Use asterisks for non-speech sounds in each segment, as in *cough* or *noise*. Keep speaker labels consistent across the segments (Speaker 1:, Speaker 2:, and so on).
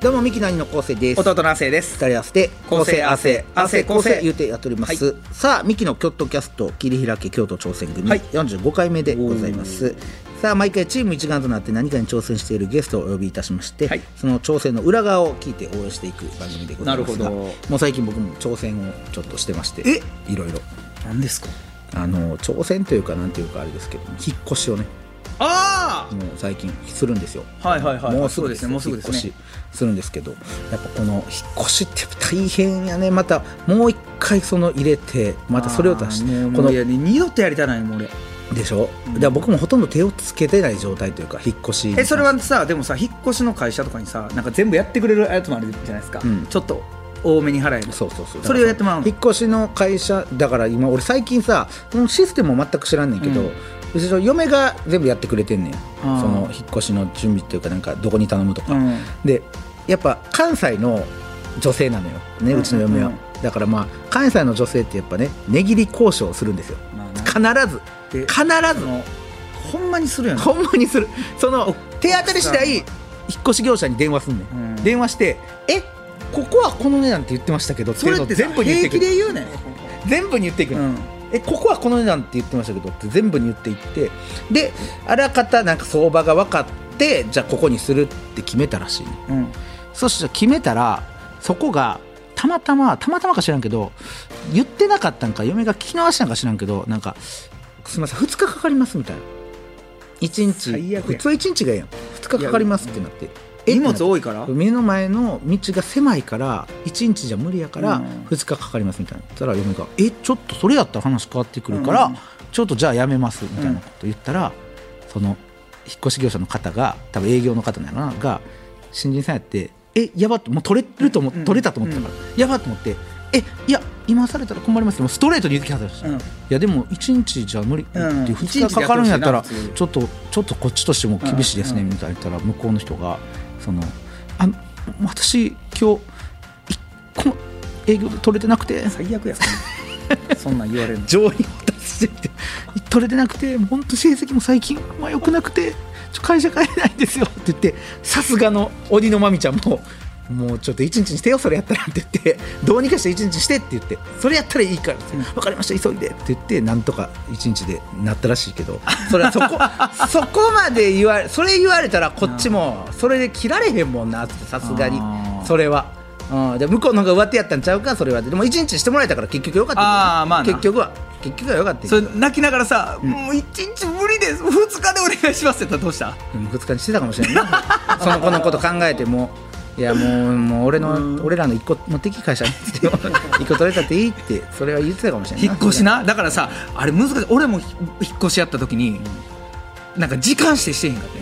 Speaker 1: どうもミキの兄の昴生です
Speaker 2: 弟の亜生です
Speaker 1: 二人合わせて
Speaker 2: 構成
Speaker 1: 汗汗
Speaker 2: 汗
Speaker 1: 構
Speaker 2: 構
Speaker 1: 成
Speaker 2: 成
Speaker 1: 言うてやっております、
Speaker 2: はい
Speaker 1: さあミキのキョットキャスト切り開け京都挑戦組、
Speaker 2: はい
Speaker 1: 45回目でございますさあ毎回チーム一丸となって何かに挑戦しているゲストをお呼びいたしまして、
Speaker 2: はい
Speaker 1: その挑戦の裏側を聞いて応援していく番組でございますが
Speaker 2: なるほ
Speaker 1: もう最近僕も挑戦をちょっとしてましていろいろ
Speaker 2: 何ですか
Speaker 1: あの挑戦というかなんていうかあれですけども引っ越しをね
Speaker 2: あ
Speaker 1: もう最近するんですよ
Speaker 2: あはいはいはい
Speaker 1: もうすぐ
Speaker 2: そうですねもうすぐですね
Speaker 1: 引っ越しするんですけどやっぱこの引っ越しってやっぱ大変やねまたもう一回その入れてまたそれを出し
Speaker 2: あーもう
Speaker 1: てこ
Speaker 2: もう
Speaker 1: の
Speaker 2: いや二度とやりたないもう俺
Speaker 1: でしょ、だから僕もほとんど手をつけてない状態というか引っ越しに
Speaker 2: えそれはさでもさ引っ越しの会社とかにさなんか全部やってくれるやつもあるじゃないですか、
Speaker 1: うん
Speaker 2: ちょっと多めに払える
Speaker 1: そうそうそう
Speaker 2: それをやってもらうの
Speaker 1: 引っ越しの会社だから今俺最近さこのシステムを全く知らんねんけど、う
Speaker 2: うん
Speaker 1: ちの嫁が全部やってくれてんねんそ
Speaker 2: ー
Speaker 1: の引っ越しの準備っていうかなんかどこに頼むとか、
Speaker 2: うん
Speaker 1: でやっぱ関西の女性なのよね
Speaker 2: うん
Speaker 1: うちの嫁は、
Speaker 2: うん
Speaker 1: だからまあ関西の女性ってやっぱね値切り交渉をするんですよ
Speaker 2: まあな
Speaker 1: 必ず
Speaker 2: で
Speaker 1: 必
Speaker 2: そ
Speaker 1: ず
Speaker 2: のほんまにするよね
Speaker 1: ほんまにするその
Speaker 2: お
Speaker 1: 手当たり次第引っ越し業者に電話すんねん、
Speaker 2: うん
Speaker 1: 電話して「えここはこの値段って言ってましたけど」
Speaker 2: それ
Speaker 1: っ
Speaker 2: ってて
Speaker 1: いうのを全部に言って
Speaker 2: 平
Speaker 1: く
Speaker 2: 気
Speaker 1: る
Speaker 2: で言うねん
Speaker 1: 全部に言っていくの、
Speaker 2: うん
Speaker 1: えここはこの値段って言ってましたけどって全部に言っていってであらかたなんか相場が分かってじゃあここにするって決めたらしいね
Speaker 2: うん
Speaker 1: そして決めたらそこがたまたまたまたまか知らんけど言ってなかったんか嫁が聞き逃したんか知らんけどなんかすみません2日かかりますみたいな1
Speaker 2: 最
Speaker 1: 日
Speaker 2: 悪や
Speaker 1: 普通は1日がええやん2日かかりますってなってえ
Speaker 2: 荷物
Speaker 1: って
Speaker 2: 多いから
Speaker 1: なって目の前の道が狭いから1日じゃ無理やから
Speaker 2: うん
Speaker 1: 2日かかりますみたいなそしたら嫁が「えちょっとそれやったら話変わってくるから、
Speaker 2: うん
Speaker 1: ちょっとじゃあやめます」みたいなこと言ったら、その引っ越し業者の方が多分営業の方なのかなが新人さんやって「えやば」ってもう取れると思っ
Speaker 2: うんうん
Speaker 1: 取れたと思ってたから「やば」と思って「えいや今されたら困りますよ」もうストレートに言ってきはったらしい、
Speaker 2: うん
Speaker 1: いやでも1日じゃ無理って
Speaker 2: うん
Speaker 1: 2日かかるんやったら
Speaker 2: 一日でやってほしいな普通
Speaker 1: ちょっとちょっとこっちとしても厳しいですね
Speaker 2: うん
Speaker 1: みたいな言ったら向こうの人がそのあ私今日一個も営業取れてなくて
Speaker 2: 最悪や *laughs* そんそんなん言われるの
Speaker 1: 上に渡してって取れてなくて本当成績も最近まあ良くなくてちょ会社帰れないんですよって言ってさすがの鬼のまみちゃんも。もうちょっと一日にしてよそれやったらって言ってどうにかして一日にしてって言ってそれやったらいいからって、
Speaker 2: うん
Speaker 1: 分かりました急いでって言ってなんとか一日でなったらしいけどそれはそこ *laughs* そこまで言われそれ言われたらこっちもそれで切られへんもんなってさすがに
Speaker 2: あー
Speaker 1: それは、うん、で向こうの方が上手やったんちゃうかそれはでも一日にしてもらえたから結局よかったけどな
Speaker 2: あーまあな
Speaker 1: 結局は結局はよかったけ
Speaker 2: そ
Speaker 1: ど
Speaker 2: れ泣きながらさ「もう一日無理です二日でお願いします」って言ったらどうした
Speaker 1: でも2日にしてたかもしれ
Speaker 2: *laughs*
Speaker 1: ないなその子のこと考えてもいやもうもう俺の俺らの一個持ってき会社です
Speaker 2: *laughs*
Speaker 1: けど一個取れたっていいってそれは言ってたかもしれない
Speaker 2: 引っ越しなだからさあれ難しい俺もひ引っ越しやった時に、なんか時間してしてへんかって、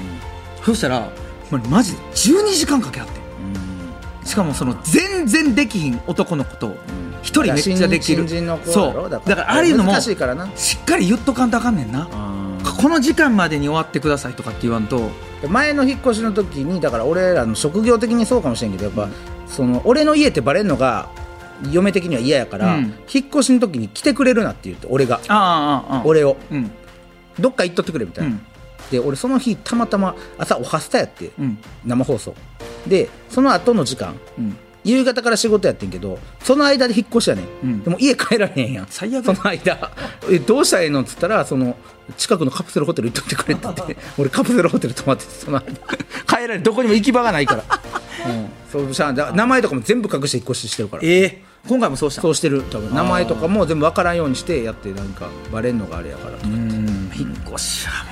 Speaker 2: そしたらほんまにマジで12時間かけあって
Speaker 1: うん
Speaker 2: しかもその全然できひん男の子と一人めっちゃできる
Speaker 1: 新人の子
Speaker 2: そ
Speaker 1: やろ
Speaker 2: う
Speaker 1: だ
Speaker 2: だ
Speaker 1: か
Speaker 2: かららああいうのも
Speaker 1: 難し
Speaker 2: し
Speaker 1: いからな
Speaker 2: っかり言っとかんとあかんねんなこの時間までに終わってくださいとかって言わんと
Speaker 1: 前の引っ越しの時にだから俺らの職業的にそうかもしれんけどやっぱ、その俺の家ってバレるのが嫁的には嫌やから、
Speaker 2: うん
Speaker 1: 引っ越しの時に来てくれるなって言って俺が
Speaker 2: ああああああ
Speaker 1: 俺を
Speaker 2: うん
Speaker 1: どっか行っとってくれみた
Speaker 2: う
Speaker 1: いな、
Speaker 2: ん
Speaker 1: で俺その日たまたま朝おはスタやって、
Speaker 2: うん
Speaker 1: 生放送でその後の時間
Speaker 2: うん
Speaker 1: 夕方から仕事やってんけどその間で引っ越しやねん、
Speaker 2: うん
Speaker 1: でも家帰られへんやん
Speaker 2: 最悪
Speaker 1: その間えどうしたらええのっつったらその近くのカプセルホテル行っとってくれって *laughs* 言って俺カプセルホテル泊まっててその間帰られどこにも行き場がない *laughs* から、うん、そうしゃあだ名前とかも全部隠して引っ越ししてるから
Speaker 2: ええ今回もそうした
Speaker 1: そうしてる多分名前とかも全部分からんようにしてやってなんかバレんのがあれやからとか言って
Speaker 2: うん引っ越しはも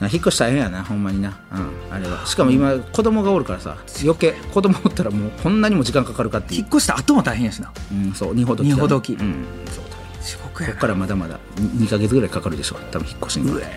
Speaker 1: な引っ越し大変やなほんまにな、うん、あれはしかも今子供がおるからさ余計子供おったらもうこんなにも時間かかるかってい
Speaker 2: う引
Speaker 1: う
Speaker 2: っ、越した後も大変やしな
Speaker 1: うん、そう二ほどきだ
Speaker 2: 二ほどき
Speaker 1: うんそう大変
Speaker 2: 地
Speaker 1: こ
Speaker 2: 獄や
Speaker 1: っからまだまだ2か月ぐらいかかるでしょう多分引っ越しにはね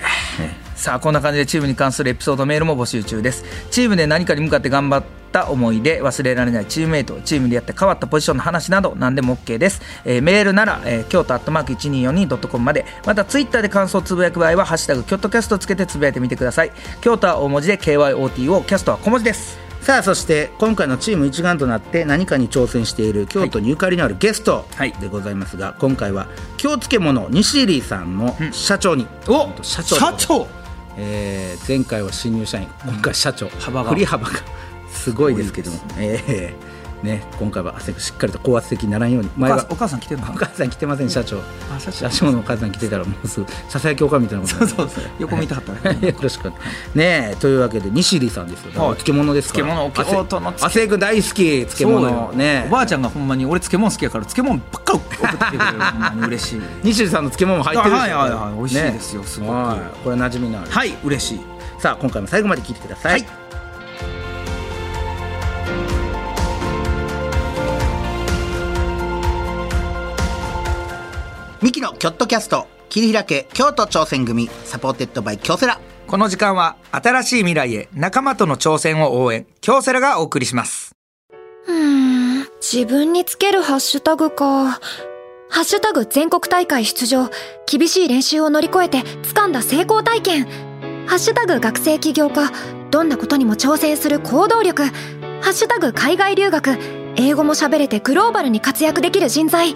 Speaker 2: さあこんな感じでチームに関するエピソードメールも募集中ですチームで何かに向かって頑張っった思い出忘れられないチームメイトチームでやって変わったポジションの話など何でも OK です、えーメールなら、えー、京都アットマーク 1242.com までまたツイッターで感想をつぶやく場合は「ハッシュタグキョットキャスト」つけてつぶやいてみてください京都は大文字で KYOT をキャストは小文字です
Speaker 1: さあそして今回のチーム一丸となって何かに挑戦している京都にゆかりのあるゲスト
Speaker 2: はい
Speaker 1: でございますが、今回は京漬物西入さんの社長に、
Speaker 2: お
Speaker 1: 社長えー前回は新入社員今回社長、
Speaker 2: 幅が
Speaker 1: 振り幅がすごいですけども、
Speaker 2: す
Speaker 1: えーね、今回はしっかりと高圧的にならんように前は
Speaker 2: お母さん来てんの
Speaker 1: お母さん来てません社長
Speaker 2: あ社
Speaker 1: 社
Speaker 2: 長
Speaker 1: 長のお母さん来てたらもうすぐささやきおかみたいなことになる
Speaker 2: *laughs* そうそう横見てはったね *laughs*
Speaker 1: *laughs* よろしくねえというわけで西里さんですよ、
Speaker 2: はい
Speaker 1: お漬物ですから
Speaker 2: 漬物お
Speaker 1: 汗
Speaker 2: 京都の漬物
Speaker 1: 亜生君大好き漬物ね
Speaker 2: おばあちゃんがほんまに俺漬物好きやから漬物ばっかり送ってくれるほんまに嬉しい
Speaker 1: 西里さんの漬物も入ってるし
Speaker 2: はいはいはい美味しいですよすごく
Speaker 1: はいこれ馴染みのある、
Speaker 2: はい嬉しい
Speaker 1: さあ今回も最後まで聞いてください、
Speaker 2: はい
Speaker 1: ミキのキョットキャスト切り開け京都挑戦組サポーテッドバイ京セラ
Speaker 2: この時間は新しい未来へ仲間との挑戦を応援京セラがお送りします
Speaker 3: うーん自分につけるハッシュタグか。ハッシュタグ全国大会出場。厳しい練習を乗り越えて掴んだ成功体験。ハッシュタグ学生起業家。どんなことにも挑戦する行動力。ハッシュタグ海外留学。英語も喋れてグローバルに活躍できる人材。っ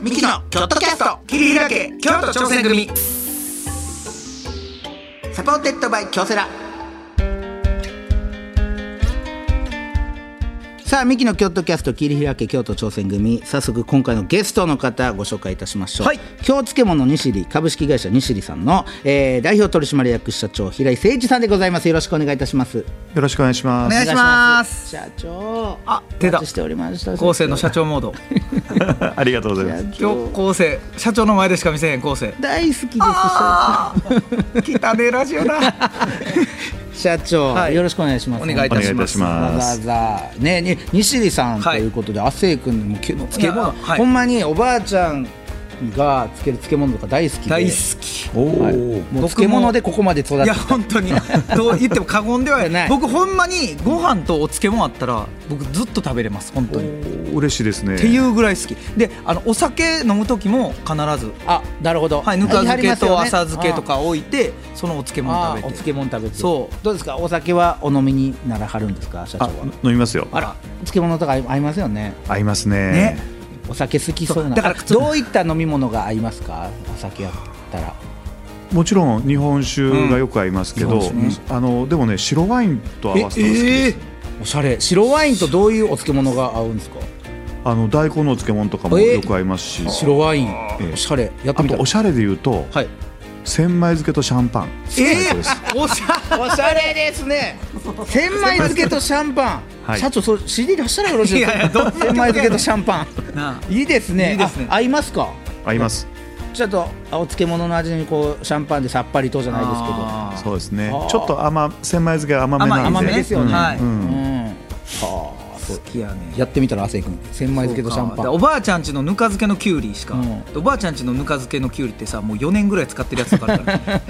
Speaker 2: ンミキのキョットキャスト切り開け京都挑戦組
Speaker 1: サポーテッドバイ京セラさあミキの京都キャスト切り開け京都挑戦組早速今回のゲストの方ご紹介いたしましょう、
Speaker 2: はい
Speaker 1: 京漬物西里株式会社西里さんの、えー代表取締役社長平井誠一さんでございますよろしくお願いいたします
Speaker 4: よろしくお願いしま
Speaker 2: お
Speaker 4: す。
Speaker 2: 願いします
Speaker 1: 社長あ
Speaker 2: 出た
Speaker 1: お待ちしておりました
Speaker 2: 後世の社長モード
Speaker 4: ありがとうございます。
Speaker 2: 今日後世社長の前でしか見せへん後世
Speaker 1: 大好きです社
Speaker 2: 汚ねラジオだ
Speaker 1: *laughs* 社長、
Speaker 2: はい
Speaker 1: よろしくお願いします
Speaker 2: お願いいた
Speaker 4: お願い
Speaker 2: し
Speaker 4: い
Speaker 2: ま
Speaker 4: た
Speaker 2: す
Speaker 4: し
Speaker 1: わ
Speaker 4: ま
Speaker 1: ざ
Speaker 4: す。
Speaker 1: わざねに西里さんと
Speaker 2: はい
Speaker 1: いうことで、亜生君のもけ漬
Speaker 2: い
Speaker 1: 物、
Speaker 2: やはい
Speaker 1: ほんまにおばあちゃんがつける漬物とか大好きで
Speaker 2: 大好き
Speaker 4: おお、
Speaker 1: もう
Speaker 2: 僕も
Speaker 1: 漬物でここまで育
Speaker 2: い
Speaker 1: って
Speaker 2: や本当
Speaker 1: *laughs*
Speaker 2: にどう言っても過言では
Speaker 1: な
Speaker 2: ないい僕ほんまにご飯とお漬物あったら僕ずっと食べれます本当にっ
Speaker 4: 嬉しいですね。
Speaker 2: ていうぐらい好きであのお酒飲む時も必ず
Speaker 1: あなるほど
Speaker 2: はいぬか
Speaker 1: あ
Speaker 2: 漬
Speaker 1: りま
Speaker 2: け
Speaker 1: すよね
Speaker 2: と浅漬けとか置いてそのお漬
Speaker 1: あ
Speaker 2: 物
Speaker 1: あお
Speaker 2: 食べ
Speaker 1: 漬
Speaker 2: て
Speaker 1: 物食べて
Speaker 2: そう
Speaker 1: どうですかお酒はお飲みにならはるんですか社長
Speaker 4: あ
Speaker 1: は、
Speaker 4: 飲みますよ。
Speaker 1: あら漬物とか合い合いますよね
Speaker 4: 合いますね。
Speaker 2: ね
Speaker 1: お酒好きそうな
Speaker 2: そうだから
Speaker 1: あどういった飲み物が合いますかお酒やったら
Speaker 4: もちろん日本酒がよく合いますけど、
Speaker 1: うん日本
Speaker 4: あのでもね白ワインと合わせたら好きです。
Speaker 1: えおしゃれ白ワインとどういうお漬物が合うんですか
Speaker 4: あの大根のお漬物とかも
Speaker 1: えー
Speaker 4: よく合いますし、
Speaker 1: 白ワイン
Speaker 4: ええ
Speaker 1: おしゃれやって
Speaker 4: あ
Speaker 1: みた
Speaker 4: と
Speaker 1: い
Speaker 4: おしゃれで言うと、
Speaker 1: はい
Speaker 4: 千枚漬けとシャンパン。最高です。
Speaker 2: おしゃ
Speaker 1: おしゃれですね。千枚漬けとシャンパン。
Speaker 4: はい
Speaker 1: 社長、そう、CD 出したらよろしいです
Speaker 2: いやいやどんな
Speaker 1: か。千枚漬けとシャンパン。
Speaker 2: ない
Speaker 1: いですね。
Speaker 2: いいですね
Speaker 1: あ合いますか。
Speaker 4: 合います。
Speaker 1: ちょっと、あお漬物の味に、こう、シャンパンでさっぱりとじゃないですけど。
Speaker 2: あー
Speaker 4: そうですね
Speaker 1: あー。
Speaker 4: ちょっと甘千枚漬けは甘めなんで。
Speaker 2: 甘い甘め
Speaker 1: ですよね
Speaker 4: うん
Speaker 2: はい
Speaker 4: うん
Speaker 1: うん。はあ、そう
Speaker 2: 好きやね
Speaker 1: やってみたら、亜生君。千枚漬けとシャンパ
Speaker 2: そうかお
Speaker 1: ン。
Speaker 2: ばあちゃんちのぬか漬けのきゅうりしか、
Speaker 1: うん
Speaker 2: おばあちゃんちのぬか漬けのきゅうりってさもう4年ぐらい使ってるやつとかあるから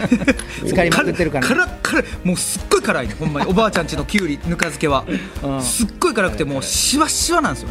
Speaker 1: 使いまくってるからね
Speaker 2: 辛辛辛いもうすっごい辛いねほんまにおばあちゃんちのきゅうりぬか漬けは、
Speaker 1: うん
Speaker 2: すっごい辛くてもうしわしわなんですよ、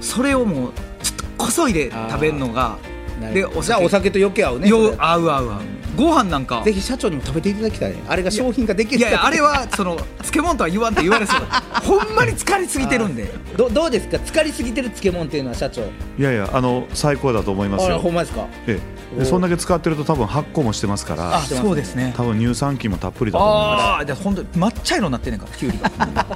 Speaker 2: それをもうちょっとこそいで食べるのが
Speaker 1: な
Speaker 2: で
Speaker 1: るほど
Speaker 2: お
Speaker 1: じゃあ、
Speaker 2: 酒
Speaker 1: お酒と余計合うね。そ
Speaker 2: よ
Speaker 1: れ
Speaker 2: 合う合う合うご飯なんか
Speaker 1: ぜひ社長にも食べていただきたいね。あれが商品化でき
Speaker 2: い
Speaker 1: る
Speaker 2: やい
Speaker 1: かどう
Speaker 2: や
Speaker 1: か。
Speaker 2: あれはその漬物とは言わんって言われそうほんまに疲れすぎてるんで
Speaker 1: どどうですか。疲れすぎてる漬物っていうのは社長。
Speaker 4: いやいやあの最高だと思います
Speaker 1: あら、
Speaker 4: よ
Speaker 1: ほ。んまですか。 *laughs*
Speaker 4: ええ、でそんだけ使ってると多分発酵もしてますから
Speaker 2: あ、そうですね
Speaker 4: 多分乳酸菌もたっぷりだと思います。
Speaker 2: ああ、じゃ本当に抹茶色になってんねんから、きゅうりが。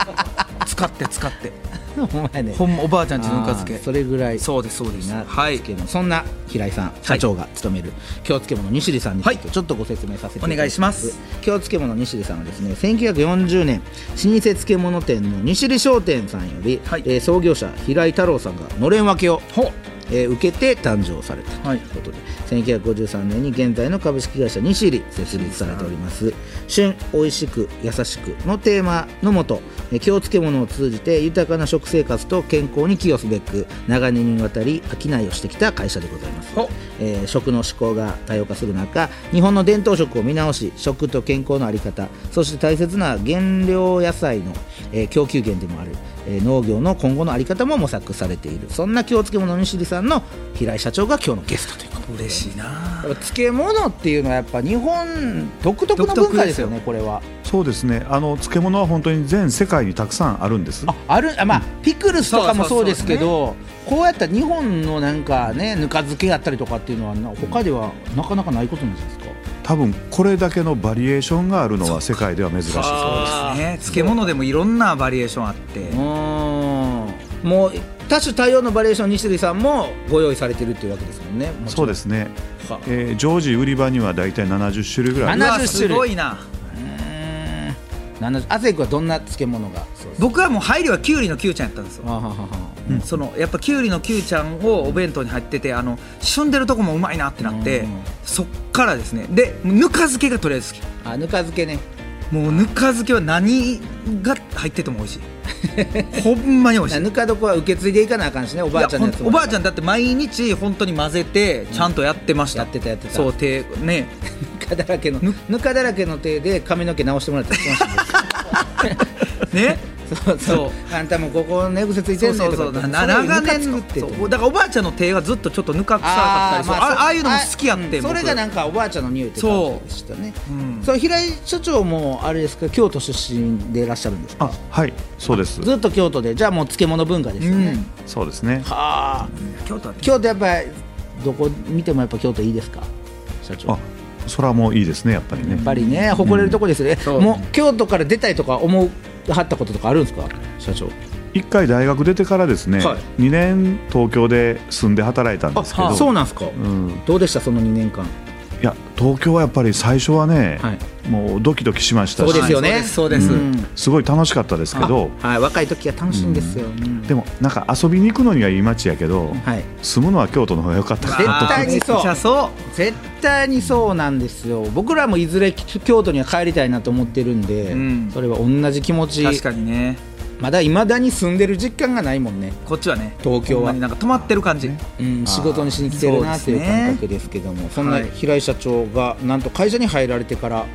Speaker 2: 使って使って。
Speaker 1: ほんまやね
Speaker 2: ほんまおばあちゃんちのぬか漬け
Speaker 1: あーそれぐらい
Speaker 2: そうですそうです
Speaker 1: いいな
Speaker 2: は
Speaker 1: で
Speaker 2: い
Speaker 1: すけどそんな平井さん社長が務める京漬物西里さんについ
Speaker 2: は
Speaker 1: てちょっとご説明させていただき
Speaker 2: お願いします
Speaker 1: 京漬物西里さんはですね1940年老舗漬物店の西里商店さんより、
Speaker 2: はい
Speaker 1: えー創業者平井太郎さんがのれん分けを
Speaker 2: ほう
Speaker 1: えー受けて誕生されたと
Speaker 2: はい
Speaker 1: いうことで、1953年に現在の株式会社西里設立されております「旬おいしく優しく」のテーマのもとえー京漬物を通じて豊かな食生活と健康に寄与すべく長年にわたり商いをしてきた会社でございます
Speaker 2: ほう、
Speaker 1: えー食の思考が多様化する中日本の伝統食を見直し食と健康の在り方そして大切な原料野菜の、えー供給源でもある、えー農業の今後の在り方も模索されているそんな京漬物西里さんの平井社長が今日のゲストということで
Speaker 2: 嬉しいな
Speaker 1: やっぱ漬物っていうのはやっぱ日本独特の文化ですよねこれは
Speaker 4: そうですねあの漬物は本当に全世界にたくさんあるんです
Speaker 1: ああるあまあピクルスとかも
Speaker 2: そう
Speaker 1: そ
Speaker 2: そううそう
Speaker 1: ですけどこうやった日本のなんかねぬか漬けやったりとかっていうのはな他ではなかなかないことなんじゃないですか
Speaker 4: 多分これだけのバリエーションがあるのは世界では珍しい
Speaker 2: そうですね漬物でもいろんなバリエーションあって
Speaker 1: うーんもう多種多様のバリエーション西鳥さんもご用意されてるっていうわけですもんね
Speaker 4: そうですすね、
Speaker 1: は
Speaker 4: えー常時売り場には大体70種類ぐらいあ
Speaker 2: う
Speaker 4: る
Speaker 1: 70
Speaker 2: わ
Speaker 1: 種類
Speaker 2: すごいな
Speaker 1: アセイクはどんな漬物がそうです
Speaker 2: 僕はもう入りはきゅうりのきゅうちゃんやったんですよ
Speaker 1: あははは
Speaker 2: そのやっぱきゅうりのきゅうちゃんをお弁当に入っててあの旬でるとこもうまいなってなって
Speaker 1: うん
Speaker 2: そっからですねでぬか漬けがとりあえず好き
Speaker 1: あぬか漬けね
Speaker 2: もうぬか漬けは何が入ってても美味し
Speaker 1: *laughs*
Speaker 2: いほんまに美味しい
Speaker 1: ぬか床は受け継いでいかなあかん *laughs* しねおばあちゃんのやつ
Speaker 2: いや
Speaker 1: も
Speaker 2: ほんおばあちゃんだって毎日本当に混ぜてちゃんとやってました、
Speaker 1: やってたやってた
Speaker 2: そう手
Speaker 1: *laughs*
Speaker 2: ね
Speaker 1: ぬかだらけのぬかだらけの手で髪の毛直してもらったりしてましたね
Speaker 2: ね
Speaker 1: そうそうあんたもここ寝癖ついて
Speaker 2: そ
Speaker 1: る
Speaker 2: う
Speaker 1: ね
Speaker 2: そう
Speaker 1: とか
Speaker 2: そ
Speaker 1: 言
Speaker 2: う
Speaker 1: って
Speaker 2: な長年
Speaker 1: そ
Speaker 2: の
Speaker 1: ういうぬか作って
Speaker 2: そうだからおばあちゃんの手がずっとちょっとぬか臭かったりそうあ,、あ、あいうのも好きやって
Speaker 1: あそれがなんんかおばあちゃんの匂いって感じでしたね
Speaker 2: そううん
Speaker 1: そう平井所長もあれですか京都出身でいらっしゃるんですか
Speaker 4: あはいそうです
Speaker 1: ずっと京都でじゃあもう漬物文化ですよね、
Speaker 2: うん
Speaker 4: そうですね
Speaker 1: はあ
Speaker 2: 京都はね
Speaker 1: 京都やっぱりどこ見てもやっぱ京都いいですか社長
Speaker 4: あ空もいいですねやっぱり
Speaker 1: やっ
Speaker 4: ね
Speaker 1: ぱりね誇れるとこですね、
Speaker 2: そう
Speaker 1: もう京都から出たいとか思うはったこととかあるんですか社長
Speaker 4: 一回大学出てからですね、
Speaker 1: はい
Speaker 4: 二2年東京で住んで働いたんですけど
Speaker 1: そうなんですか、
Speaker 4: うん、い
Speaker 1: どうでしたその2年間
Speaker 4: や東京はやっぱり最初はね、
Speaker 1: はい
Speaker 4: もうドキドキしました
Speaker 1: そう
Speaker 4: し
Speaker 1: ですよね、
Speaker 2: はいそうですそうです
Speaker 1: ん
Speaker 4: すごい楽しかったですけど
Speaker 1: はい、若い時が楽しいんですよ、うん
Speaker 4: でもなんか遊びに行くのにはいい街やけど、
Speaker 1: はい
Speaker 4: 住むのは京都の方が良かった
Speaker 1: 絶
Speaker 4: な
Speaker 1: 対にそう
Speaker 2: めっちゃそ
Speaker 1: 絶対にそうなんですよ僕らもいずれ京都には帰りたいなと思ってるんで、
Speaker 2: うん
Speaker 1: それは同じ気持
Speaker 2: う
Speaker 1: ち
Speaker 2: 確かにね
Speaker 1: まだいまだに住んでる実感がないもんね、
Speaker 2: こっちはね
Speaker 1: 東京は
Speaker 2: ほんまになんか止まってる感じ、
Speaker 1: うん、仕事にしに来てるなっていう
Speaker 2: そうですね
Speaker 1: 感覚ですけどもそ,、ん
Speaker 2: は
Speaker 1: ない平井社長がなんと会社に入られてから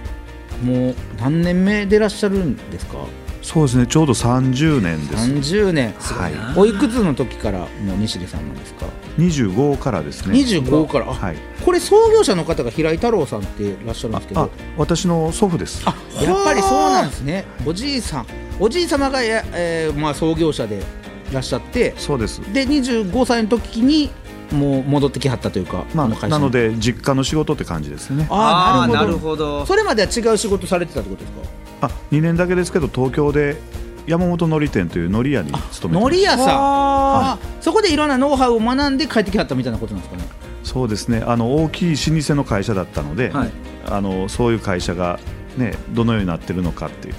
Speaker 1: もう何年目でいらっしゃるんですか
Speaker 4: そうですねちょうど30年です
Speaker 1: 30年
Speaker 4: はい
Speaker 1: おいくつの時からもう西出さんなんですか、
Speaker 4: 25からですね
Speaker 1: 25から、あ
Speaker 4: はい
Speaker 1: これ創業者の方が平井太郎さんっていらっしゃるんですけど
Speaker 4: あ私の祖父です
Speaker 1: やっぱりそうなんですね、おじいさん、おじい様がや、えーまあ、創業者でいらっしゃって、
Speaker 4: そうです
Speaker 1: で25歳の時にもう戻ってきはったというか、
Speaker 4: ま
Speaker 1: この会
Speaker 4: あ
Speaker 1: 社に
Speaker 4: なので実家の仕事って感じですね
Speaker 1: あーなるほど
Speaker 2: ほど
Speaker 1: それまでは違う仕事されてたってことですか、
Speaker 4: あ2年だけですけど東京で山本のり店というのり屋に勤めて
Speaker 1: のり
Speaker 4: ま
Speaker 1: 屋
Speaker 4: す
Speaker 1: さん、あーそこでいろんなノウハウを学んで帰ってきはったみたいなことなんですかね。
Speaker 4: そうですねあの大きい老舗の会社だったので、
Speaker 2: はい
Speaker 4: あのそういう会社が、ね、どのようになってるのかっていう、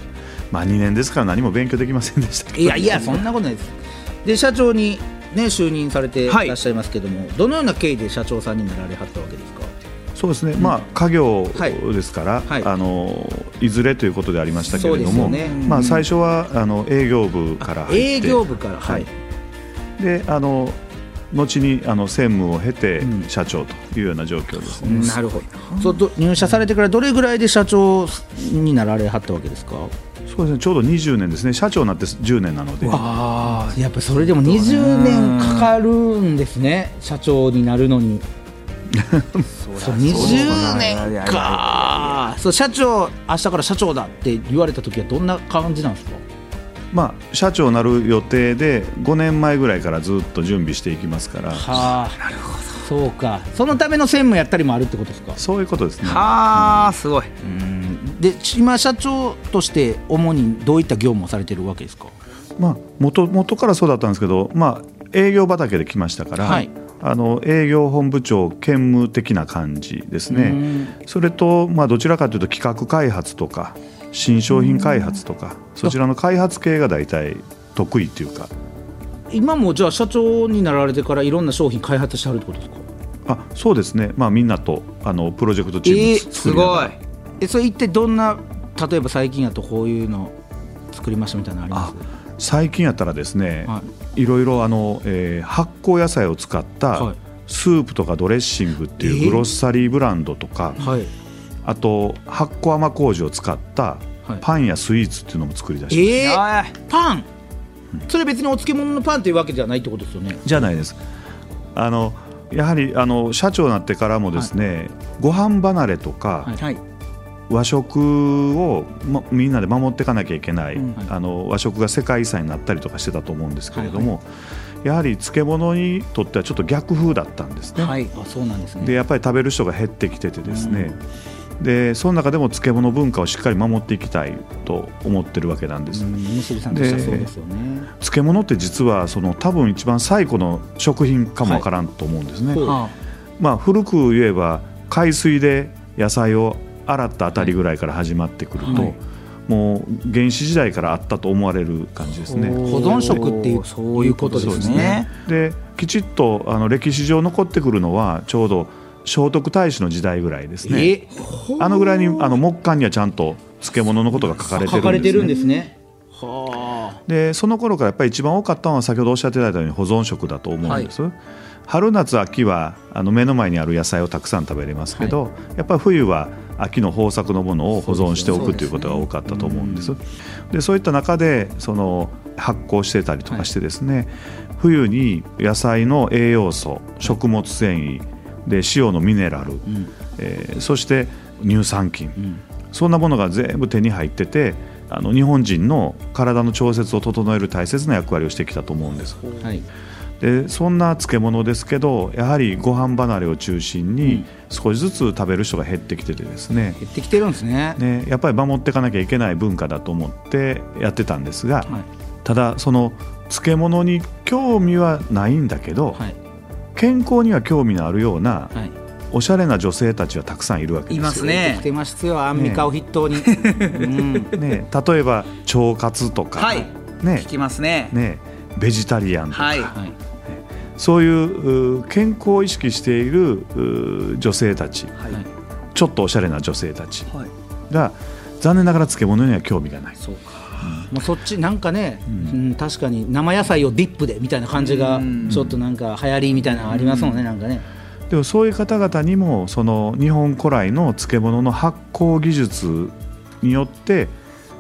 Speaker 4: まあ、2年ですから何も勉強できませんでしたけど
Speaker 1: いやいや、そんなことないです。で、社長に、ね、就任されていらっしゃいますけども、どのような経緯で社長さんになられはったわけですか
Speaker 4: そうですね、まあ家業ですか
Speaker 1: は
Speaker 4: ら、
Speaker 1: い
Speaker 4: い
Speaker 1: はい
Speaker 4: あのいずれということでありましたけれど
Speaker 1: そ
Speaker 4: も、
Speaker 1: うですよね
Speaker 4: ま
Speaker 1: うん
Speaker 4: あ、最初はあの営業部から入って
Speaker 1: 営業部から、は
Speaker 4: はいい、であの後にあの専務を経て
Speaker 1: うん
Speaker 4: 社長というような状況ですね、
Speaker 1: なるほどそうど入社されてからどれぐらいで社長になられはったわけですか
Speaker 4: そうですねちょうど20年ですね社長になって10年なので
Speaker 1: ああやっぱそれでも20年かかるんですね社長になるのに *laughs* そう20年かそう社長明日から社長だって言われた時はどんな感じなんですか
Speaker 4: まあ、社長になる予定で5年前ぐらいからずっと準備していきますから
Speaker 1: はあなるほどそうかそのための専務やったりもあるってことですか
Speaker 4: そういうことですね
Speaker 2: はあすごい
Speaker 1: で今社長として主にどういった業務をされてるわけですか
Speaker 4: まあ、元元からそうだったんですけど、まあ、営業畑で来ましたから、
Speaker 1: はい
Speaker 4: あの営業本部長兼務的な感じです
Speaker 1: う
Speaker 4: ね。
Speaker 1: ん
Speaker 4: それと、まあ、どちらかというと企画開発とか新商品開発とかそちらの開発系が大体得意というか
Speaker 1: 今もじゃあ社長になられてからいろんな商品開発してはるってことですか
Speaker 4: あそうですね、まあ、みんなとあのプロジェクトチーム
Speaker 1: えー
Speaker 4: 作
Speaker 1: す
Speaker 4: りなが
Speaker 1: ご
Speaker 4: ら
Speaker 1: いえそれ一体どんな例えば最近やとこういうの作りましたみたいなのありま
Speaker 4: あ
Speaker 1: す
Speaker 4: 最近やったらですね、、
Speaker 1: はい
Speaker 4: ろいろあの、えー発酵野菜を使っ
Speaker 1: は
Speaker 4: た
Speaker 1: い
Speaker 4: スープとかドレッシングってい
Speaker 1: え
Speaker 4: う
Speaker 1: ー
Speaker 4: グロッサリーブランドとか、
Speaker 1: はい
Speaker 4: あと発酵甘麹を使った
Speaker 1: はい
Speaker 4: パンやスイーツっていうのも作り出して、
Speaker 1: えー、
Speaker 2: あ
Speaker 1: パンそれ別にお漬物のパンというわけではないってことですよね
Speaker 4: じゃないですあのやはりあの社長になってからもですね、ご飯離れとか、
Speaker 1: はい
Speaker 2: ーはい
Speaker 4: 和食を、ま、みんなで守っていかなきゃいけない、
Speaker 1: うんはい
Speaker 4: あの和食が世界遺産になったりとかしてたと思うんですけれども、やはり漬物にとってはちょっと逆風だったんですね。
Speaker 1: はいあそうなんですね
Speaker 4: でやっぱり食べる人が減ってきててですね、でその中でも漬物文化をしっかり守っていきたいと思ってるわけなんです、
Speaker 1: うんミシェルさんとしたらそうですよね
Speaker 4: 漬物って実はその多分一番最古の食品かもわからんと思うんですね、
Speaker 1: ほう
Speaker 2: あ
Speaker 4: まあ、古く言えば海水で野菜を洗ったあたりぐらいから始まってくると、
Speaker 1: はい
Speaker 4: もう原始時代からあったと思われる感じですね。
Speaker 1: 保存食っていう
Speaker 2: そういうこと
Speaker 1: いう
Speaker 2: で
Speaker 1: ことです
Speaker 2: す
Speaker 1: ね
Speaker 2: ね
Speaker 4: できちっとあの歴史上残ってくるのはちょうど聖徳太子の時代ぐらいですね。
Speaker 1: え
Speaker 4: あのぐらいにあの木簡にはちゃんと漬物のことが書かれてるんです、ね、
Speaker 1: 書かれてるんですねは
Speaker 4: でその頃からやっぱり一番多かったのは先ほどおっしゃっていただいたように保存食だと思うんです、春夏秋はあの目の前にある野菜をたくさん食べれますけど、やっぱり冬は秋の豊作のものを保存してお
Speaker 2: そう
Speaker 4: く
Speaker 2: ですね
Speaker 4: ということが多かったと思うんですでそういった中でその発酵してたりとかしてですね、冬に野菜の栄養素食物繊維で塩のミネラル、えーそして乳酸菌、そんなものが全部手に入っててあの日本人の体の調節を整える大切な役割をしてきたと思うんです
Speaker 1: あはい
Speaker 4: でそんな漬物ですけどやはりご飯離れを中心に少しずつ食べる人が減ってきててですね
Speaker 1: 減ってきてるんですね
Speaker 4: ねやっぱり守っていかなきゃいけない文化だと思ってやってたんですが、
Speaker 1: はい
Speaker 4: ただその漬物に興味はないんだけど、
Speaker 1: はい
Speaker 4: 健康には興味のあるような
Speaker 1: はい
Speaker 4: おしゃれな女性たちはたくさんいるわけです
Speaker 2: い
Speaker 4: よ
Speaker 2: ます
Speaker 1: 出てき
Speaker 2: ね
Speaker 1: てますよアンミカを筆頭に、うん
Speaker 4: ね、例えば腸活とか、
Speaker 2: はい
Speaker 4: ね
Speaker 2: 聞きますね
Speaker 4: ね、ベジタリアンとか、
Speaker 2: はい
Speaker 1: はい
Speaker 4: そういううー健康を意識しているうー女性たち
Speaker 2: はい
Speaker 1: はい
Speaker 4: ちょっとおしゃれな女性たち
Speaker 2: はい
Speaker 4: が残念ながら漬物には興味がない
Speaker 1: そうか、もうそっちなんかね、うんん確かに生野菜をディップでみたいな感じが
Speaker 2: うん
Speaker 1: ちょっとなんか流行りみたいなのありますもんね、なんかね
Speaker 4: でもそういう方々にもその日本古来の漬物の発酵技術によって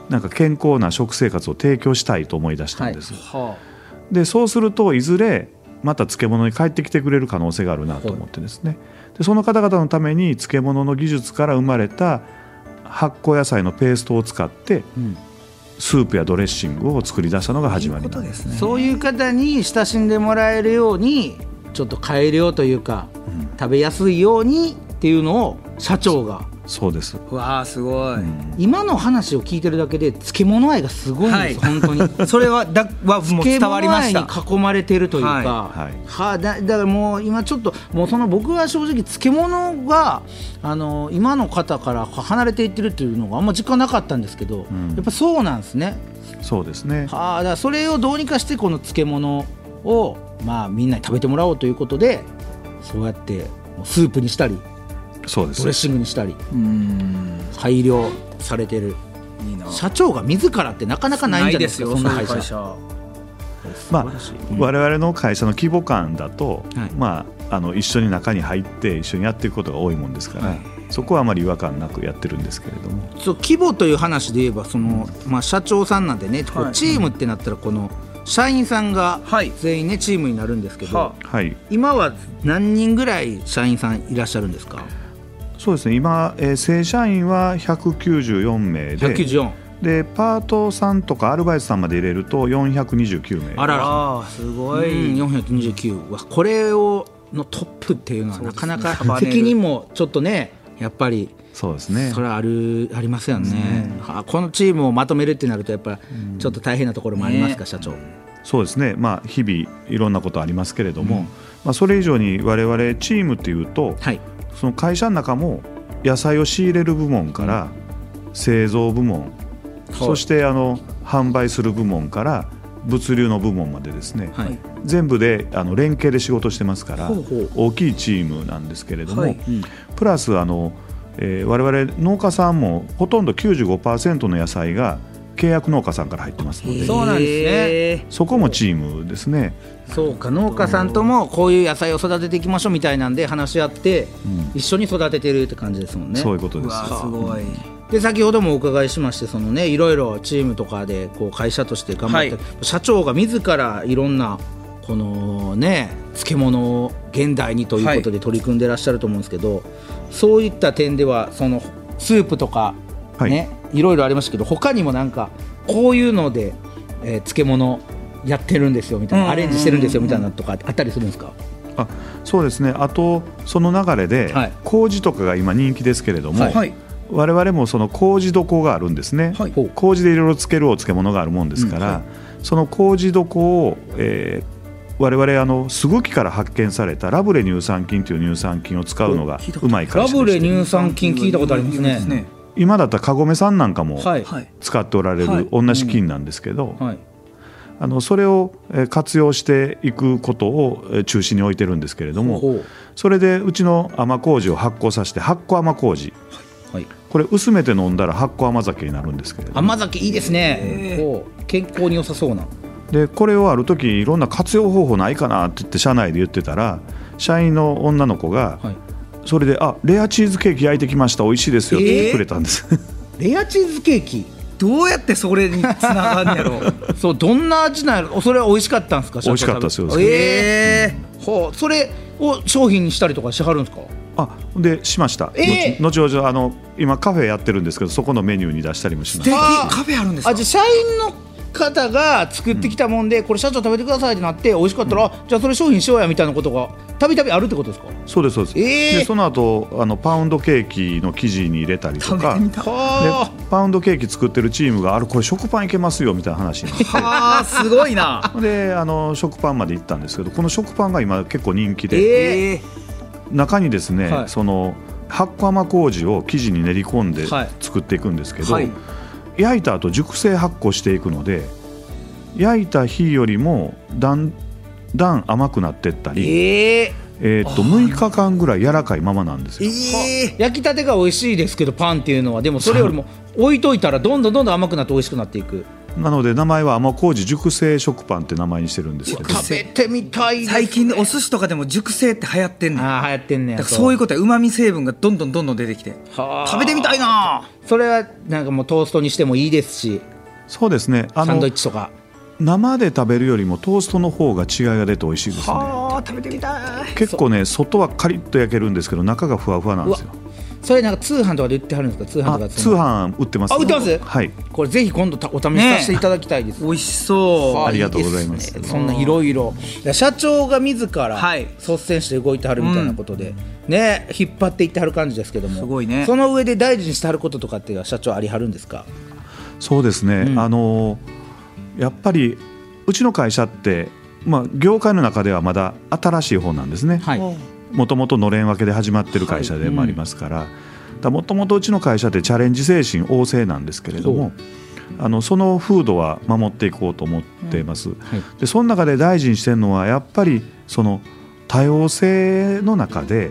Speaker 4: なんか健康な食生活を提供したいと思い出したんです、
Speaker 1: は
Speaker 4: でそうするといずれまた漬物に帰ってきてくれる可能性があるなと思ってですねでその方々のために漬物の技術から生まれた発酵野菜のペーストを使って
Speaker 1: うん
Speaker 4: スープやドレッシングを作り出したのが始まりなんです
Speaker 1: あそういう方に親しんでもらえるようにちょっと改良というか、食べやすいようにっていうのを社長が
Speaker 4: そうです
Speaker 2: わあすごい、
Speaker 1: 今の話を聞いてるだけで漬物愛がすごいん
Speaker 2: は
Speaker 1: で
Speaker 2: い
Speaker 1: す、本当に。
Speaker 2: にそれはだはもう伝わりまし
Speaker 1: 漬
Speaker 2: た
Speaker 1: 物愛に囲まれてるというか、は
Speaker 2: はい
Speaker 4: はい
Speaker 1: あだだからもう今ちょっともうその僕は正直漬物があの今の方から離れていってるというのがあんま実感なかったんですけど、
Speaker 4: ん
Speaker 1: やっぱそうなんですね。
Speaker 4: そうですね
Speaker 1: はあだからそれをどうにかしてこの漬物をまあみんなに食べてもらおうということでそうやってもうスープにしたり
Speaker 4: そうで
Speaker 1: ドレッ
Speaker 4: す
Speaker 1: シングにしたり
Speaker 2: うん
Speaker 1: 改良されてる
Speaker 2: いいな
Speaker 1: 社長が自らってなかなかないんじゃないですか
Speaker 2: よ
Speaker 1: そんな
Speaker 2: そう
Speaker 1: 会
Speaker 2: いう
Speaker 1: 社
Speaker 2: 会社
Speaker 4: まあ我々の会社の規模感だと、
Speaker 1: はい
Speaker 4: まああの一緒に中に入って一緒にやっていくことが多いもんですから、
Speaker 2: はい
Speaker 4: そこはあまり違和感なくやってるんですけれども
Speaker 1: そう規模という話で言えばその、まあ、社長さんなんでね、こう
Speaker 2: はい
Speaker 1: チームってなったらこの社員さんが
Speaker 2: はい
Speaker 1: 全員ねチームになるんですけど、
Speaker 2: は
Speaker 4: はい
Speaker 1: 今は何人ぐらい社員さんいらっしゃるんですか
Speaker 4: そうですね今、えー正社員は194名で
Speaker 1: 194
Speaker 4: でパートさんとかアルバイトさんまで入れると429名
Speaker 1: あらら、
Speaker 2: ああす
Speaker 1: う
Speaker 2: ご
Speaker 1: ん、
Speaker 2: い、
Speaker 1: 429はこれをのトップっていうのは
Speaker 2: そう
Speaker 1: な
Speaker 2: です
Speaker 1: か
Speaker 2: ね
Speaker 1: なか
Speaker 2: 束ねる
Speaker 1: 責任もちょっとねやっぱり
Speaker 4: そうですね
Speaker 1: それはあるありますよね
Speaker 4: ね
Speaker 1: はあこのチームをまとめるってなるとやっぱちょっと大変なところもありますか、
Speaker 2: ね
Speaker 1: 社長
Speaker 4: そうですね、まあ、日々いろんなことありますけれども、まあ、それ以上に我々チームっていうと
Speaker 1: はい
Speaker 4: その会社の中も野菜を仕入れる部門から製造部門、そしてあの販売する部門から物流の部門までですね、
Speaker 1: はい
Speaker 4: 全部であの連携で仕事してますから
Speaker 1: ほうほう
Speaker 4: 大きいチームなんですけれども、
Speaker 2: はい
Speaker 4: プラスあの、えー我々農家さんもほとんど95%の野菜が契約農家さんから入ってますの
Speaker 1: へ
Speaker 4: で
Speaker 1: ーそうなんですね
Speaker 2: へー
Speaker 4: そこもチームですね。
Speaker 1: そうか農家さんともこういう野菜を育てていきましょうみたいなんで話し合って
Speaker 4: うん
Speaker 1: 一緒に育ててるって感じですもんね。
Speaker 4: そういうこと
Speaker 2: う
Speaker 4: です
Speaker 2: わーすごい
Speaker 1: で先ほどもお伺いしましてそのねいろいろチームとかでこう会社として頑張って、
Speaker 2: は
Speaker 1: 社長が自らいろんなこのね漬物を現代にということで取り組んでらっしゃると思うんですけど、そういった点ではそのスープとか、
Speaker 4: はい
Speaker 1: ねいろいろありましたけど他にもなんかこういうので、えー漬物やってるんですよみたいな、
Speaker 2: うんうんうん
Speaker 1: アレンジしてるんですよみたいなのとかあったりするんですか、
Speaker 4: あそうですねあとその流れで、
Speaker 1: はい
Speaker 4: 麹とかが今人気ですけれども、
Speaker 1: はい
Speaker 2: はい
Speaker 4: 我々もその麹床があるんですね、
Speaker 2: はい
Speaker 1: ほう
Speaker 4: 麹でいろいろつけるお漬物があるもんですから、
Speaker 1: うんは
Speaker 4: その麹床を、えー我々あのスグキから発見されたラブレ乳酸菌という乳酸菌を使うのが
Speaker 2: お聞いたこと
Speaker 4: うまい会
Speaker 1: ラ
Speaker 4: 社で
Speaker 1: ブレ
Speaker 4: して
Speaker 1: 乳酸菌聞いたことありますね。
Speaker 4: 今だったらカゴメさんなんかも
Speaker 1: はい、
Speaker 2: はい
Speaker 4: 使っておられる、
Speaker 2: はい
Speaker 4: 同じ菌なんですけど、
Speaker 1: はい
Speaker 4: あのそれをえー活用していくことをえー中心に置いてるんですけれども、
Speaker 1: ほう
Speaker 4: それでうちの甘麹を発酵させて発酵甘麹
Speaker 1: はい
Speaker 4: これ薄めて飲んだら発酵甘酒になるんですけれども
Speaker 1: 甘酒いいですね、こう健康に良さそうな
Speaker 4: でこれをある時いろんな活用方法ないかなって言って社内で言ってたら社員の女の子が
Speaker 1: はい
Speaker 4: それで「あレアチーズケーキ焼いてきました美味しいですよ」って言ってくれたんです、
Speaker 1: レアチーズケーキ
Speaker 2: どうやってそれにつながんやろ
Speaker 1: そうどんな味なんやろそれは美味しかったんですか
Speaker 4: 美味しかったですよ
Speaker 1: 社長ええほうそれを商品にしたりとかしはるんですか
Speaker 4: あでしました、
Speaker 1: えー
Speaker 4: 後後々あの今カフェやってるんですけどそこのメニューに出したりもしました
Speaker 1: あー
Speaker 2: カフェあるんですか
Speaker 1: あじゃあ社員の方が作ってきたもんで、これ社長食べてくださいってなって美味しかったら、あじゃあそれ商品しようやみたいなことがたびたびあるってことですか
Speaker 4: そうですそうです、
Speaker 1: えー
Speaker 4: でその後あのパウンドケーキの生地に入れたりとか
Speaker 1: は
Speaker 4: でパウンドケーキ作ってるチームがあれこれ食パンいけますよみたいな話に
Speaker 1: *laughs*
Speaker 4: なって
Speaker 2: はあすごいな
Speaker 4: であの食パンまで行ったんですけどこの食パンが今結構人気で、
Speaker 1: ええ
Speaker 2: え
Speaker 4: 中にですね、
Speaker 1: はい
Speaker 4: その発酵甘麹を生地に練り込んで
Speaker 1: はい
Speaker 4: 作っていくんですけど、
Speaker 2: はい
Speaker 4: 焼いた後熟成発酵していくので焼いた日よりもだんだん甘くなってったり、え
Speaker 1: ええ
Speaker 4: ーっと6日間ぐらい柔らかいままなんですよ。
Speaker 2: え
Speaker 1: 焼きたてが美味しいですけどパンっていうのはでもそれよりも置いといたらどんどんどんどん甘くなって美味しくなっていく
Speaker 4: なので名前は甘麹熟成食パンって名前にしてるんですけど
Speaker 2: うわ
Speaker 1: 食べてみたいです
Speaker 2: 最近お寿司とかでも熟成って流行ってんのだ
Speaker 1: ああ流行ってんねや
Speaker 2: からそういう
Speaker 1: こ
Speaker 2: ことやうまみ成分がどんどんどんどん出てきて
Speaker 1: はあ
Speaker 2: 食べてみたいな
Speaker 1: とそれはなんかもうトーストにしてもいいですし
Speaker 4: そうですねあ
Speaker 1: サン
Speaker 4: の
Speaker 1: ドイッチとか
Speaker 4: 生で食べるよりもトーストの方が違いが出て美味しいですね
Speaker 2: あ食べてみたい
Speaker 4: 結構ね外はカリッと焼けるんですけど中がふわふわなんですよ
Speaker 1: それなんか通販とかで売ってはるんですか通販と
Speaker 4: あ
Speaker 1: かそ
Speaker 4: 通
Speaker 1: の
Speaker 4: 販売ってます
Speaker 1: あ売ってます
Speaker 4: はい
Speaker 1: これぜひ今度たお試しさせていただきたいです、
Speaker 2: 美味しそう
Speaker 1: は
Speaker 4: ありがとうございます
Speaker 1: でねそんないろいろ社長が自ら
Speaker 2: はい
Speaker 1: 率先して動いてはるみたいなことで、ね引っ張っていってはる感じですけども
Speaker 2: すごいね
Speaker 1: その上で大事にしてはることとかっていうのは社長ありはるんですか
Speaker 4: そうですね、あのやっぱりうちの会社ってまあ業界の中ではまだ新しい方なんですね
Speaker 1: はい
Speaker 4: もともとのれん分けで始まってる会社でもありますから、もともとうちの会社ってチャレンジ精神旺盛なんですけれどもあのその風土は守っていこうと思っています、
Speaker 1: はい
Speaker 4: でその中で大事にしてるのはやっぱりその多様性の中で、
Speaker 1: ん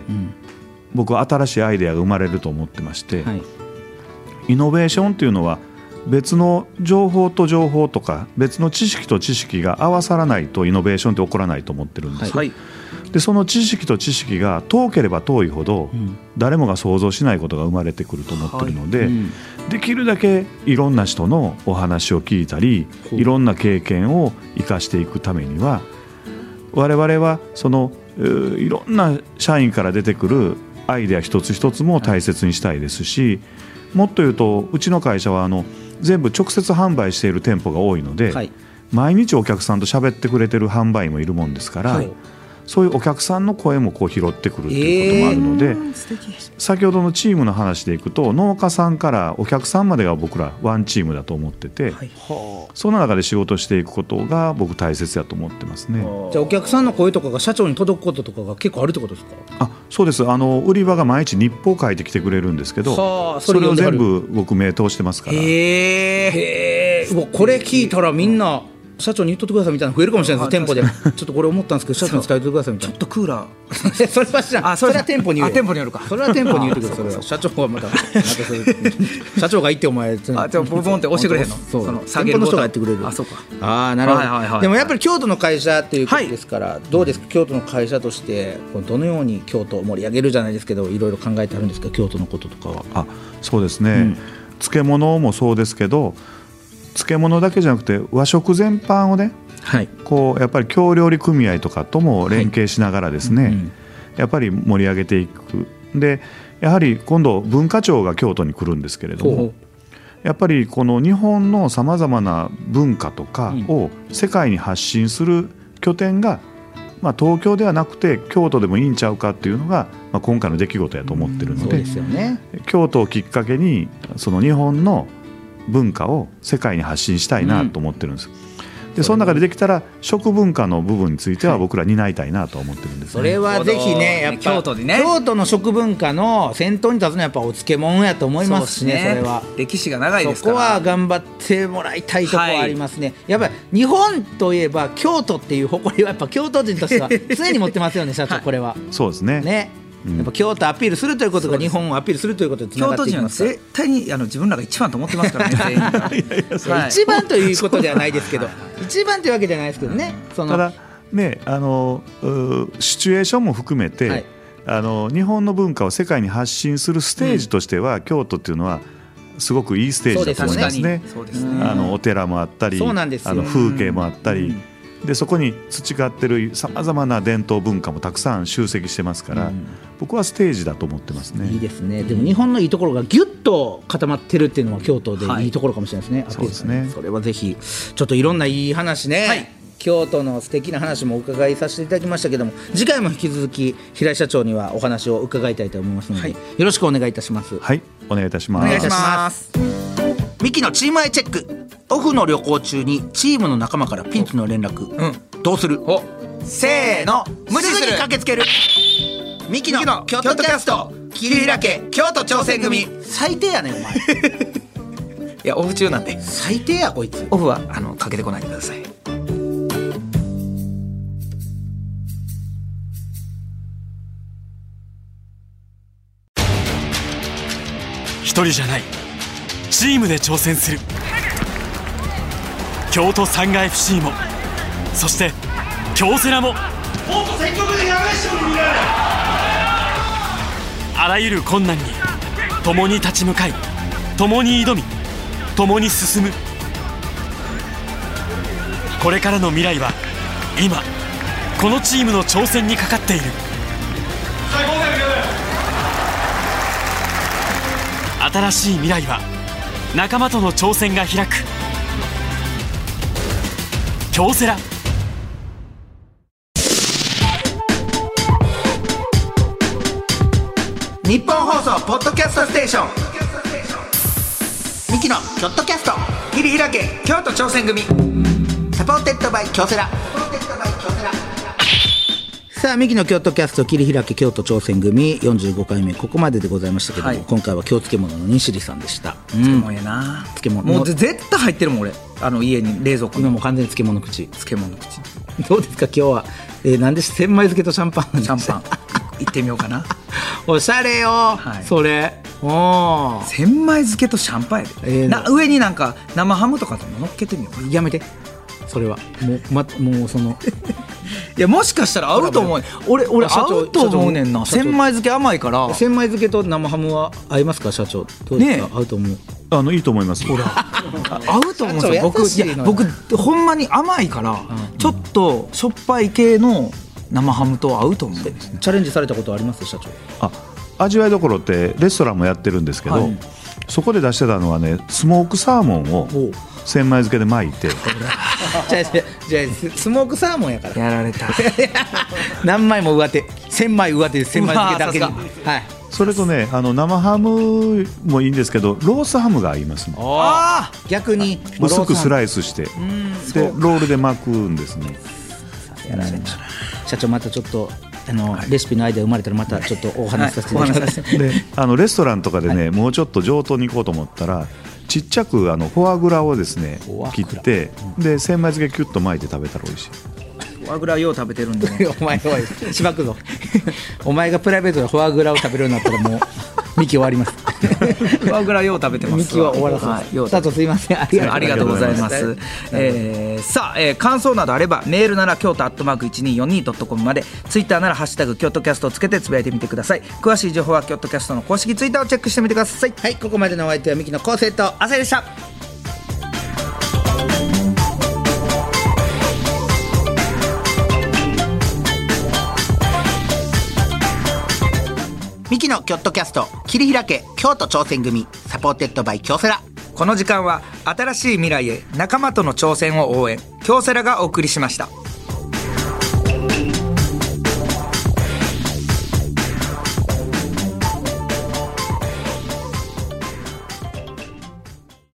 Speaker 4: 僕は新しいアイデアが生まれると思ってまして、
Speaker 1: はい
Speaker 4: イノベーションというのは別の情報と情報とか別の知識と知識が合わさらないとイノベーションって起こらないと思ってるんですよ、
Speaker 2: はい
Speaker 4: でその知識と知識が遠ければ遠いほど、誰もが想像しないことが生まれてくると思ってるので、できるだけいろんな人のお話を聞いたりいろんな経験を生かしていくためには我々はそのうーいろんな社員から出てくるアイデア一つ一つも大切にしたいですしもっと言うとうちの会社はあの全部直接販売している店舗が多いので、
Speaker 1: はい
Speaker 4: 毎日お客さんと喋ってくれてる販売員もいるもんですから、
Speaker 1: はい
Speaker 4: そういうお客さんの声もこう拾ってくるっていうこともあるので、
Speaker 5: 素敵
Speaker 4: 先ほどのチームの話でいくと農家さんからお客さんまでが僕らワンチームだと思ってて、
Speaker 1: はい
Speaker 4: その中で仕事していくことが僕大切だと思ってますね。
Speaker 1: じゃあお客さんの声とかが社長に届くこととかが結構あるってことですか
Speaker 4: あそうですあの売り場が毎日日報を書いてきてくれるんですけ
Speaker 1: はあ
Speaker 4: ど
Speaker 1: そ
Speaker 4: そ
Speaker 1: れ
Speaker 4: れ
Speaker 1: 読
Speaker 4: を
Speaker 1: んではる
Speaker 4: 全部僕名通してますから
Speaker 1: へえへえうわこれ聞いたらみんな社長に言っとってくださいみたいなの増えるかもしれないです
Speaker 2: あ
Speaker 1: 店舗でちょっとこれ思ったんですけど社長に伝えてくださいみたいな
Speaker 2: ちょっとクーラ
Speaker 1: *laughs*
Speaker 2: ー
Speaker 1: それは知らん
Speaker 2: あ
Speaker 1: そ
Speaker 2: そ
Speaker 1: れ
Speaker 2: れ
Speaker 1: は店舗に言う
Speaker 2: あ店舗にやるか
Speaker 1: それは店舗に言うてくださいそれは社長はまたまたそれ社長が言ってお前
Speaker 2: *laughs* あじゃあボンボンって押してくれへんの
Speaker 1: そう
Speaker 2: その下
Speaker 1: 店
Speaker 2: げ
Speaker 1: 舗の
Speaker 2: るボ
Speaker 1: 人
Speaker 2: タン
Speaker 1: がやってくれる
Speaker 2: あそうか
Speaker 1: ああなるほど、
Speaker 2: はいはいはい
Speaker 1: でもやっぱり京都の会社っていうことですから、どうですか京都の会社としてこうどのように京都を盛り上げるじゃないですけどいろいろ考えてあるんですか京都のこととかは
Speaker 4: あそうですね、漬物もそうですけど漬物だけじゃなくて和食全般をね
Speaker 1: はい
Speaker 4: こうやっぱり京料理組合とかとも連携しながらですね、
Speaker 1: ん
Speaker 4: やっぱり盛り上げていくでやはり今度文化庁が京都に来るんですけれど
Speaker 1: ほうほ
Speaker 4: もやっぱりこの日本のさまざまな文化とかを世界に発信する拠点が、まあ、東京ではなくて京都でもいいんちゃうかっていうのが、まあ、今回の出来事やと思ってる
Speaker 1: そ
Speaker 4: の
Speaker 1: う
Speaker 4: で
Speaker 1: ですよね
Speaker 4: 京都をきっかけにその日本の文化を世界に発信したいなと思ってるんです、でその中でできたら食文化の部分については僕ら担いたいなと思ってるんです、ね
Speaker 1: それはぜひねやっぱ
Speaker 2: 京都でね
Speaker 1: 京都の食文化の先頭に立つのはやっぱお漬物やと思いますしねそ
Speaker 2: そうっ
Speaker 1: れは。
Speaker 2: 歴史が長いです
Speaker 1: そ
Speaker 2: か
Speaker 1: こ
Speaker 2: ら
Speaker 1: は頑張ってもらいたいとこはありますね、やっぱり日本といえば京都っていう誇りはやっぱ京都人として
Speaker 2: *laughs*
Speaker 1: は常に持ってますよね社長これは、
Speaker 4: そうですね
Speaker 1: ね、やっぱ京都アピールするということが日本をアピールするということにつな
Speaker 2: 京
Speaker 1: がっ
Speaker 2: 都
Speaker 1: ていき
Speaker 2: 人は
Speaker 1: ますから
Speaker 2: 絶対にあの自分らが一番と思ってますから
Speaker 1: *laughs*
Speaker 2: ね全員がはい
Speaker 1: 一番ということではないですけど一番というわけじゃないですけどねその
Speaker 4: ただねあのうーシチュエーションも含めて、
Speaker 1: はい
Speaker 4: あの日本の文化を世界に発信するステージとしては、京都っていうのはすごくいいステージだと思いますね。
Speaker 2: そうですね
Speaker 4: あのお寺もあったり
Speaker 1: そうなんですよ
Speaker 4: あの風景もあったり、でそこに培ってるさまざまな伝統文化もたくさん集積してますから、僕はステージだと思ってますね。
Speaker 1: いいですねでも日本のいいところがギュッと固まってるっていうのは京都で
Speaker 2: はい
Speaker 1: いいところかもしれないですね、アピール
Speaker 4: そうですね
Speaker 1: それはぜひちょっといろんないい話ね、
Speaker 2: はい
Speaker 1: 京都の素敵な話もお伺いさせていただきましたけども次回も引き続き平井社長にはお話を伺いたいと思いますので、
Speaker 2: はい
Speaker 1: よろしくお願いいたします
Speaker 4: はい、お願いいたします。
Speaker 1: お願いしますミキのチームアイチェックオフの旅行中にチームの仲間からピンチの連絡、
Speaker 2: う
Speaker 1: どうする
Speaker 2: おせーの無視する
Speaker 1: ぐに駆けつけるミキの
Speaker 2: ミキの
Speaker 1: 京都キャスト桐平家
Speaker 2: 京都挑戦組
Speaker 1: 最低やねんお
Speaker 2: *laughs*
Speaker 1: 前
Speaker 2: いやオフ中なんで
Speaker 1: 最低やこいつ
Speaker 2: オフはあのかけてこないでください
Speaker 6: 一人じゃないチームで挑戦する京都サンガ FC もそして京セラもあらゆる困難に共に立ち向かい共に挑み共に進むこれからの未来は今このチームの挑戦にかかっている新しい未来は仲間との挑戦が開く京セラ
Speaker 1: 日本放送ポッドキャストステーションミキのキョットキャスト桐平家
Speaker 2: 京都挑戦組
Speaker 1: サポーテッドバイ京セラさあミキの京都キャスト切り開け京都挑戦組45回目ここまででございましたけども、
Speaker 2: はい
Speaker 1: 今回は京漬物の西里さんでした、
Speaker 2: 漬物やな
Speaker 1: 漬物
Speaker 2: もうぜ絶対入ってるもん俺あの家に冷蔵庫に
Speaker 1: 今もう完全に漬物口
Speaker 2: 漬物口
Speaker 1: *laughs* どうですか今日は、えー、なんで千枚漬けとシャンパン
Speaker 2: シャンパン行ってみようかな
Speaker 1: *laughs* おしゃれよ、
Speaker 2: はい
Speaker 1: それおー
Speaker 2: 千枚漬けとシャンパンやで、
Speaker 1: ええな
Speaker 2: な上になんか生ハムとかとも乗っけてみようかな
Speaker 1: やめてそれはもう,、ま、もうそ *laughs* の
Speaker 2: いやもしかしたら合うと思う俺俺
Speaker 1: 社長
Speaker 2: 合うと思うねんな
Speaker 1: 社長
Speaker 2: 千枚漬け甘いから
Speaker 1: 千枚漬けと生ハムは合いますか社長どうですか、
Speaker 2: ねえ
Speaker 1: 合うと思う
Speaker 4: あのいいと思います。
Speaker 2: 合うと思うんですよ僕
Speaker 1: 社長優しいのよ
Speaker 2: いや僕ほんまに甘いから、ちょっとしょっぱい系の生ハムと合うと思うんです
Speaker 1: チャレンジされたことあります社長
Speaker 4: あ味わいどころってレストランもやってるんですけど、そこで出してたのはねスモークサーモンを
Speaker 1: おう
Speaker 4: 千枚漬けで巻いて
Speaker 1: じゃあじゃあじゃあススモークサーモン *laughs* やから
Speaker 2: やられ *laughs* た
Speaker 1: 何枚も上手1000枚上手です1000枚だけだけ
Speaker 2: うわ
Speaker 1: にはい
Speaker 4: それとねあの生ハムもいいんですけどロースハムが合いますね
Speaker 2: あ
Speaker 1: 逆に
Speaker 4: 薄くス
Speaker 1: イ
Speaker 4: ライスしてでロールで巻くんですね
Speaker 1: 社長またちょっとあの、レシピのアイデア生まれたらまたちょっとお話しさせていただきます、
Speaker 4: であのレストランとかでね、もうちょっと上等に行こうと思ったらちっちゃくあのフォアグラをですね
Speaker 1: ォアグ
Speaker 4: 切
Speaker 1: ラ
Speaker 4: って、で千枚漬けキュッと巻いて食べたら美味しい
Speaker 2: フォアグラよう食べてるんでね
Speaker 1: *laughs* お前おいしばくぞ *laughs* お前がプライベートでフォアグラを食べるようになったらもう *laughs* ミキ終わります
Speaker 2: フォアグラよう食べてます
Speaker 1: ミキは終わらせま
Speaker 2: は
Speaker 1: す、
Speaker 2: いよう
Speaker 1: スタートすいませんありがとう
Speaker 2: ありがとうございます。えーさあ、えー感想などあれば、メールなら京都アットマーク 1242.com まで、ツイッターならハッシュタグ京都キャストをつけてつぶやいてみてください。詳しい情報は京都キャストの公式ツイッターをチェックしてみてください。
Speaker 1: はいここまでのお相手はミキの昴生と
Speaker 2: あせでした。
Speaker 7: ミキのキョットキャスト切り開け京都挑戦組サポーテッドバイ京セラ
Speaker 2: この時間は、新しい未来へ仲間との挑戦を応援、京セラがお送りしました。